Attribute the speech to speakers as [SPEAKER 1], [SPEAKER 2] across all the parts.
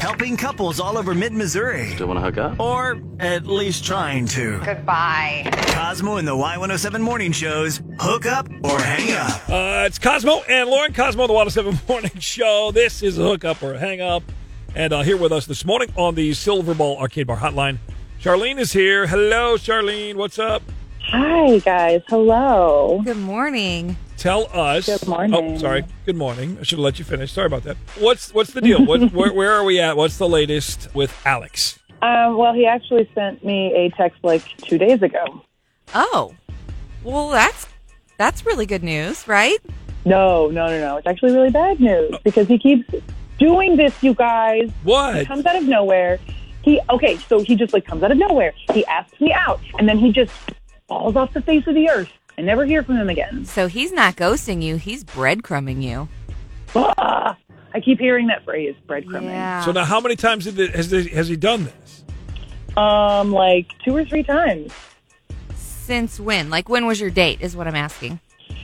[SPEAKER 1] helping couples all over mid Missouri.
[SPEAKER 2] Still want to hook up?
[SPEAKER 1] Or at least trying to.
[SPEAKER 3] Goodbye.
[SPEAKER 1] Cosmo and the Y107 morning shows hook up or hang up.
[SPEAKER 4] Uh, it's Cosmo and Lauren Cosmo, the Water 7 Morning Show. This is a hookup or a hang up. And uh, here with us this morning on the Silver Ball Arcade Bar Hotline, Charlene is here. Hello, Charlene. What's up?
[SPEAKER 5] Hi, guys. Hello.
[SPEAKER 3] Good morning.
[SPEAKER 4] Tell us.
[SPEAKER 5] Good morning.
[SPEAKER 4] Oh, sorry. Good morning. I should have let you finish. Sorry about that. What's what's the deal? what, where, where are we at? What's the latest with Alex?
[SPEAKER 5] Um, well, he actually sent me a text like two days ago.
[SPEAKER 3] Oh, well, that's that's really good news, right?
[SPEAKER 5] No, no, no, no. It's actually really bad news because he keeps doing this, you guys. He
[SPEAKER 4] What?
[SPEAKER 5] comes out of nowhere. He okay, so he just like comes out of nowhere. He asks me out, and then he just falls off the face of the earth. I never hear from him again.
[SPEAKER 3] So he's not ghosting you; he's breadcrumbing you.
[SPEAKER 5] Ah, I keep hearing that phrase, breadcrumbing.
[SPEAKER 3] Yeah.
[SPEAKER 4] So now, how many times did the, has, the, has he done this?
[SPEAKER 5] Um, like two or three times.
[SPEAKER 3] Since when? Like, when was your date? Is what I'm asking.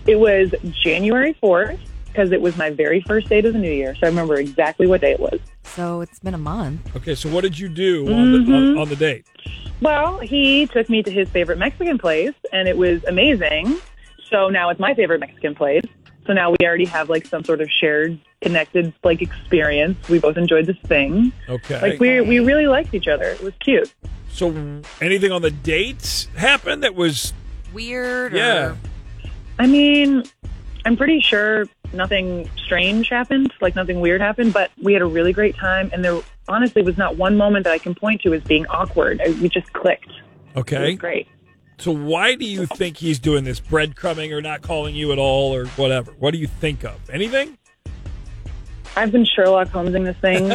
[SPEAKER 5] It was January fourth because it was my very first date of the new year, so I remember exactly what day it was.
[SPEAKER 3] So it's been a month.
[SPEAKER 4] Okay, so what did you do on, the, on,
[SPEAKER 5] Mm-hmm.
[SPEAKER 4] on the date?
[SPEAKER 5] Well, he took me to his favorite Mexican place, and it was amazing. So now it's my favorite Mexican place. So now we already have like some sort of shared, connected like experience. We both enjoyed this thing.
[SPEAKER 4] Okay.
[SPEAKER 5] Like we we really liked each other. It was cute.
[SPEAKER 4] so anything on the date happened that was
[SPEAKER 3] Weird.
[SPEAKER 4] Yeah.
[SPEAKER 3] Or,
[SPEAKER 5] I mean, I'm pretty sure nothing strange happened, like nothing weird happened, but we had a really great time, and there honestly was not one moment that I can point to as being awkward. I, we just clicked. It was
[SPEAKER 4] okay?
[SPEAKER 5] great.
[SPEAKER 4] So why do you think he's doing this breadcrumbing or not calling you at all or whatever? What do you think of? Anything?
[SPEAKER 5] I've been Sherlock Holmesing this thing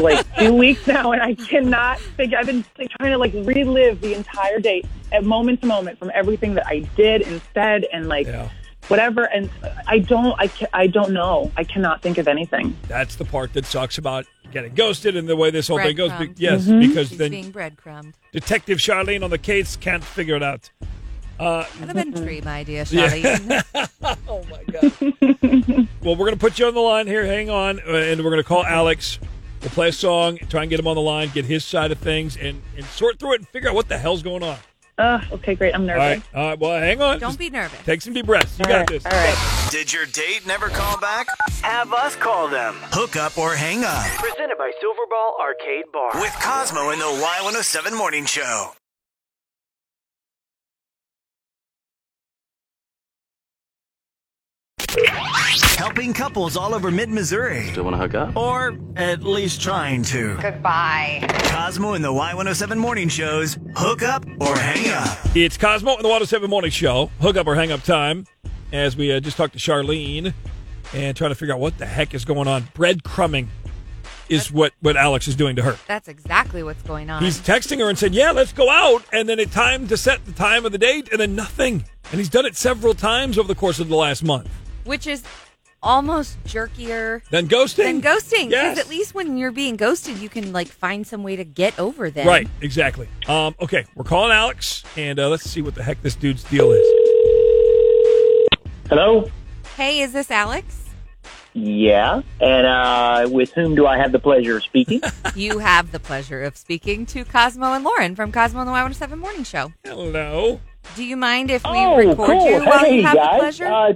[SPEAKER 5] like two weeks now, and I cannot figure. I've been like, trying to like relive the entire date, at moment to moment, from everything that I did and said, and like
[SPEAKER 4] Yeah.
[SPEAKER 5] whatever. And I don't, I, ca- I don't know. I cannot think of anything.
[SPEAKER 4] That's the part that sucks about getting ghosted and the way this whole thing goes. Be-
[SPEAKER 3] Breadcrumbed. Mm-hmm.
[SPEAKER 4] yes, because
[SPEAKER 3] He's
[SPEAKER 4] then
[SPEAKER 3] being breadcrumbed.
[SPEAKER 4] Detective Charlene on the case can't figure it out.
[SPEAKER 3] Elementary, my dear Shelly.
[SPEAKER 4] Oh my god. well, we're gonna put you on the line here. Hang on, uh, and we're gonna call Alex. We'll play a song, try and get him on the line, get his side of things, and, and sort through it and figure out what the hell's going on.
[SPEAKER 5] Ugh. okay, great. I'm
[SPEAKER 4] All
[SPEAKER 5] nervous.
[SPEAKER 4] right, all right. Well, hang on.
[SPEAKER 3] Don't
[SPEAKER 4] Just
[SPEAKER 3] be nervous.
[SPEAKER 4] Take some deep breaths. You
[SPEAKER 5] All
[SPEAKER 4] got
[SPEAKER 5] right,
[SPEAKER 4] this.
[SPEAKER 5] All right.
[SPEAKER 1] Did your date never call back? Have us call them. Hook up or hang up
[SPEAKER 6] Presented by Silverball Arcade Bar.
[SPEAKER 1] with Cosmo and the Y107 morning show. Helping couples all over mid Missouri.
[SPEAKER 2] Still want to hook up?
[SPEAKER 1] Or at least trying to.
[SPEAKER 3] Goodbye.
[SPEAKER 1] Cosmo and the Y107 morning shows hook up or hang up.
[SPEAKER 4] It's Cosmo and the Water 7 Morning Show. Hook up or hang up time as we uh, just talked to Charlene and trying to figure out what the heck is going on. Breadcrumbing is what, what Alex is doing to her.
[SPEAKER 3] That's exactly what's going on.
[SPEAKER 4] He's texting her and said, Yeah, let's go out. And then it time to set the time of the date and then nothing. And he's done it several times over the course of the last month.
[SPEAKER 3] Which is almost jerkier
[SPEAKER 4] Then ghosting.
[SPEAKER 3] than ghosting. Because
[SPEAKER 4] Yes.
[SPEAKER 3] at least when you're being ghosted, you can like find some way to get over them.
[SPEAKER 4] Right, exactly. Um, okay, we're calling Alex and uh, let's see what the heck this dude's deal is.
[SPEAKER 7] Hello?
[SPEAKER 3] Hey, is this Alex?
[SPEAKER 7] Yeah. And uh, with whom do I have the pleasure of speaking?
[SPEAKER 3] you have the pleasure of speaking to Cosmo and Lauren from Cosmo and the Y107 Morning Show.
[SPEAKER 4] Hello.
[SPEAKER 3] Do you mind if we
[SPEAKER 7] oh,
[SPEAKER 3] record
[SPEAKER 7] cool.
[SPEAKER 3] you while
[SPEAKER 7] hey,
[SPEAKER 3] you have
[SPEAKER 7] guys.
[SPEAKER 3] the pleasure?
[SPEAKER 7] Uh,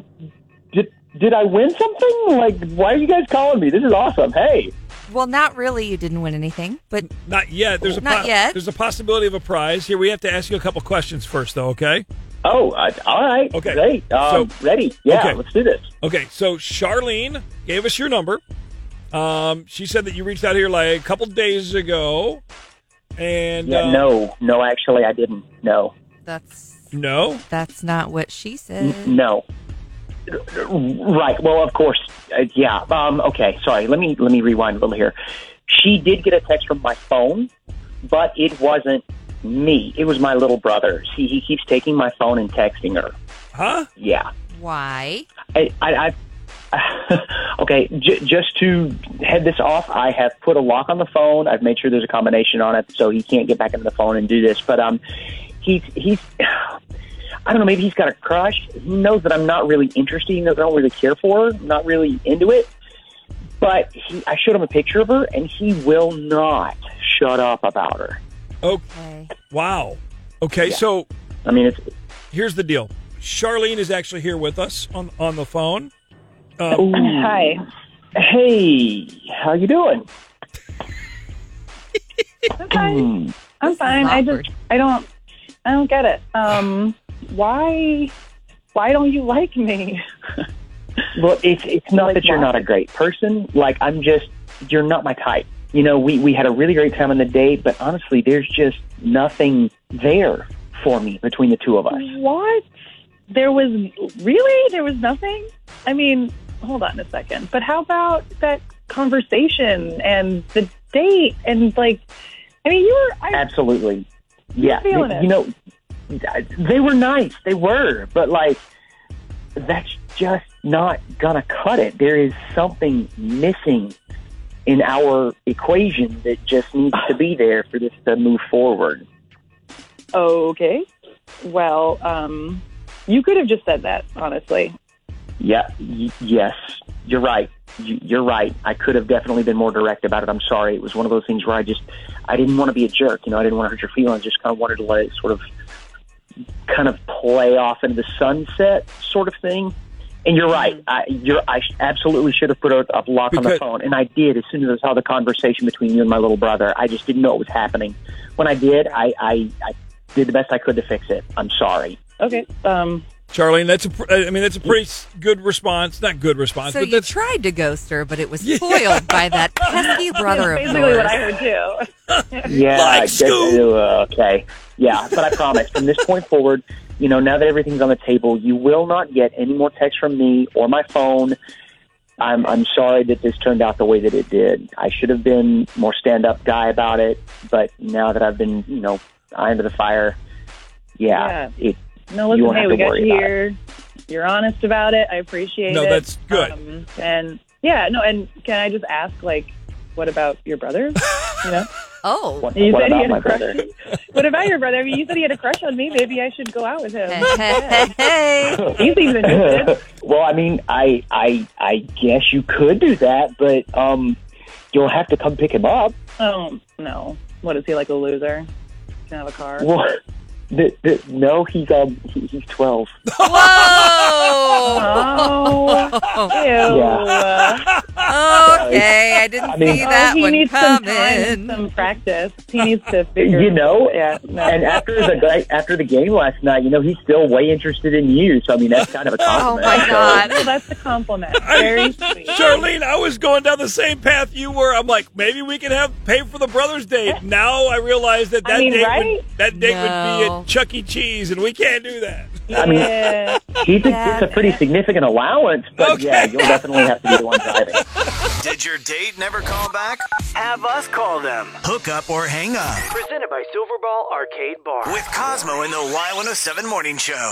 [SPEAKER 7] did, did I win something? Like, why are you guys calling me? This is awesome. Hey.
[SPEAKER 3] well, not really. You didn't win anything, but
[SPEAKER 4] Not yet. There's a
[SPEAKER 3] Not
[SPEAKER 4] po-
[SPEAKER 3] yet.
[SPEAKER 4] There's a possibility of a prize. Here, we have to ask you a couple questions first, though. Okay.
[SPEAKER 7] Oh, uh, all right.
[SPEAKER 4] Okay.
[SPEAKER 7] Great. Um,
[SPEAKER 4] So-
[SPEAKER 7] ready. Yeah,
[SPEAKER 4] okay.
[SPEAKER 7] let's do this.
[SPEAKER 4] Okay. So Charlene gave us your number. Um, she said that you reached out here like a couple days ago, and
[SPEAKER 7] Yeah,
[SPEAKER 4] uh,
[SPEAKER 7] no. No, actually, I didn't. No.
[SPEAKER 3] that's
[SPEAKER 4] no.
[SPEAKER 3] that's not what she said.
[SPEAKER 7] N- No. Right. Well, of course. Uh, yeah. Um, okay. Sorry. Let me let me rewind a little here. She did get a text from my phone, but it wasn't me. It was my little brother. See, he keeps taking my phone and texting her.
[SPEAKER 4] Huh?
[SPEAKER 7] Yeah.
[SPEAKER 3] Why?
[SPEAKER 7] I. I, I okay. J- just to head this off, I have put a lock on the phone. I've made sure there's a combination on it, so he can't get back into the phone and do this. But um, he's he's. I don't know. Maybe he's got a crush. He knows that I'm not really interested. He knows I don't really care for her. I'm not really into it. But he, I showed him a picture of her, and he will not shut up about her.
[SPEAKER 4] Okay. Wow. Okay, so
[SPEAKER 7] I mean, it's
[SPEAKER 4] here's the deal. Charlene is actually here with us on on the phone. Uh,
[SPEAKER 7] Ooh.
[SPEAKER 5] Hi.
[SPEAKER 7] Hey, how you doing?
[SPEAKER 5] I'm fine.
[SPEAKER 7] Hmm.
[SPEAKER 5] I'm fine. I
[SPEAKER 3] awkward.
[SPEAKER 5] just I don't I don't get it. Um why why don't you like me?
[SPEAKER 7] Well, it's it's not
[SPEAKER 5] Like
[SPEAKER 7] that you're
[SPEAKER 5] what?
[SPEAKER 7] not a great person. Like I'm just you're not my type. You know, we we had a really great time on the date, but honestly, there's just nothing there for me between the two of us.
[SPEAKER 5] What? There was really there was nothing? I mean, hold on a second. But how about that conversation and the date and like I mean, you were I
[SPEAKER 7] Absolutely. Yeah.
[SPEAKER 5] You're feeling
[SPEAKER 7] you,
[SPEAKER 5] it.
[SPEAKER 7] you know, they were nice. They were, but like, that's just not gonna cut it. There is something missing in our equation that just needs to be there for this to move forward.
[SPEAKER 5] oh, okay. Well, um you could have just said that, honestly.
[SPEAKER 7] Yeah. Y- yes, you're right. Y- You're right. I could have definitely been more direct about it. I'm sorry. It was one of those things where I just, I didn't want to be a jerk. You know, I didn't want to hurt your feelings. Just kind of wanted to let it sort of, kind of play off into the sunset, sort of thing. And you're right. I, you're, I sh- absolutely should have put a, a lock on
[SPEAKER 4] Because-
[SPEAKER 7] the phone, and I did as soon as I saw the conversation between you and my little brother. I just didn't know it was happening. When I did, I, I, I did the best I could to fix it. I'm sorry.
[SPEAKER 5] Okay. Um
[SPEAKER 4] Charlene, that's a pr- I mean
[SPEAKER 7] Mm.
[SPEAKER 4] that's a pretty s- good response. Not good response,
[SPEAKER 3] So
[SPEAKER 4] but
[SPEAKER 3] you
[SPEAKER 4] that's
[SPEAKER 3] tried to ghost her, but it was foiled by that pesky brother of
[SPEAKER 5] basically
[SPEAKER 3] yours.
[SPEAKER 5] what I heard too.
[SPEAKER 7] Yeah,
[SPEAKER 4] Like
[SPEAKER 7] I guess-
[SPEAKER 4] Scoop.
[SPEAKER 7] uh, okay. Yeah, but I promise from this point forward, you know, now that everything's on the table, you will not get any more texts from me or my phone. I'm I'm sorry that this turned out the way that it did. I should have been more stand up guy about it, but now that I've been, you know, eye under the fire, yeah, it
[SPEAKER 5] No,
[SPEAKER 7] You
[SPEAKER 5] listen,
[SPEAKER 7] won't
[SPEAKER 5] hey,
[SPEAKER 7] have
[SPEAKER 5] we
[SPEAKER 7] to
[SPEAKER 5] got
[SPEAKER 7] worry
[SPEAKER 5] you
[SPEAKER 7] about
[SPEAKER 5] here. You're honest about it. I appreciate
[SPEAKER 4] No,
[SPEAKER 5] it.
[SPEAKER 4] that's good.
[SPEAKER 5] Um, and yeah, no, and can I just ask, like, what about your brother? You know,
[SPEAKER 3] Oh.
[SPEAKER 7] what,
[SPEAKER 5] you
[SPEAKER 7] what
[SPEAKER 5] said he
[SPEAKER 7] about
[SPEAKER 5] had
[SPEAKER 7] my
[SPEAKER 5] a crush.
[SPEAKER 7] brother?
[SPEAKER 5] what about your brother? I mean, you said he had a crush on me. Maybe I should go out with him.
[SPEAKER 3] Hey, hey, hey, hey.
[SPEAKER 5] he seems interested.
[SPEAKER 7] well, I mean, I I I guess you could do that, but um you'll have to come pick him up.
[SPEAKER 5] Oh no, what is he like a loser? Can have a car.
[SPEAKER 7] Well, the, the, no, he's um, he, he's twelve.
[SPEAKER 3] Whoa.
[SPEAKER 5] Oh, ew.
[SPEAKER 7] Yeah.
[SPEAKER 3] Okay, I didn't
[SPEAKER 7] I mean-
[SPEAKER 3] see
[SPEAKER 5] Oh,
[SPEAKER 3] that
[SPEAKER 5] he
[SPEAKER 3] one
[SPEAKER 5] needs some time,
[SPEAKER 3] coming.
[SPEAKER 5] some practice. He needs to figure.
[SPEAKER 7] You know,
[SPEAKER 5] yeah. No.
[SPEAKER 7] and after the guy- after the game last night, you know, he's still way interested in you. So I mean, that's kind of a
[SPEAKER 3] Oh
[SPEAKER 7] compliment.
[SPEAKER 3] my
[SPEAKER 7] So-
[SPEAKER 3] god.
[SPEAKER 5] Well, that's a compliment. Very sweet.
[SPEAKER 4] Charlene, I was going down the same path you were. I'm like, maybe we can have pay for the brothers' date. Now I realize that
[SPEAKER 5] I
[SPEAKER 4] that
[SPEAKER 5] mean,
[SPEAKER 4] date would,
[SPEAKER 5] right?
[SPEAKER 4] that date would be
[SPEAKER 3] No.
[SPEAKER 4] at Chuck E. Cheese, and we can't do that.
[SPEAKER 7] I mean-
[SPEAKER 5] Yeah.
[SPEAKER 7] he's a,
[SPEAKER 3] Yeah.
[SPEAKER 7] it's a pretty significant allowance, but yeah, you'll definitely have to be the one driving.
[SPEAKER 1] Did your date never call back? Have us call them. Hook up or hang up
[SPEAKER 6] Presented by Silverball Arcade Bar.
[SPEAKER 1] with Cosmo in the Y107 Morning Show.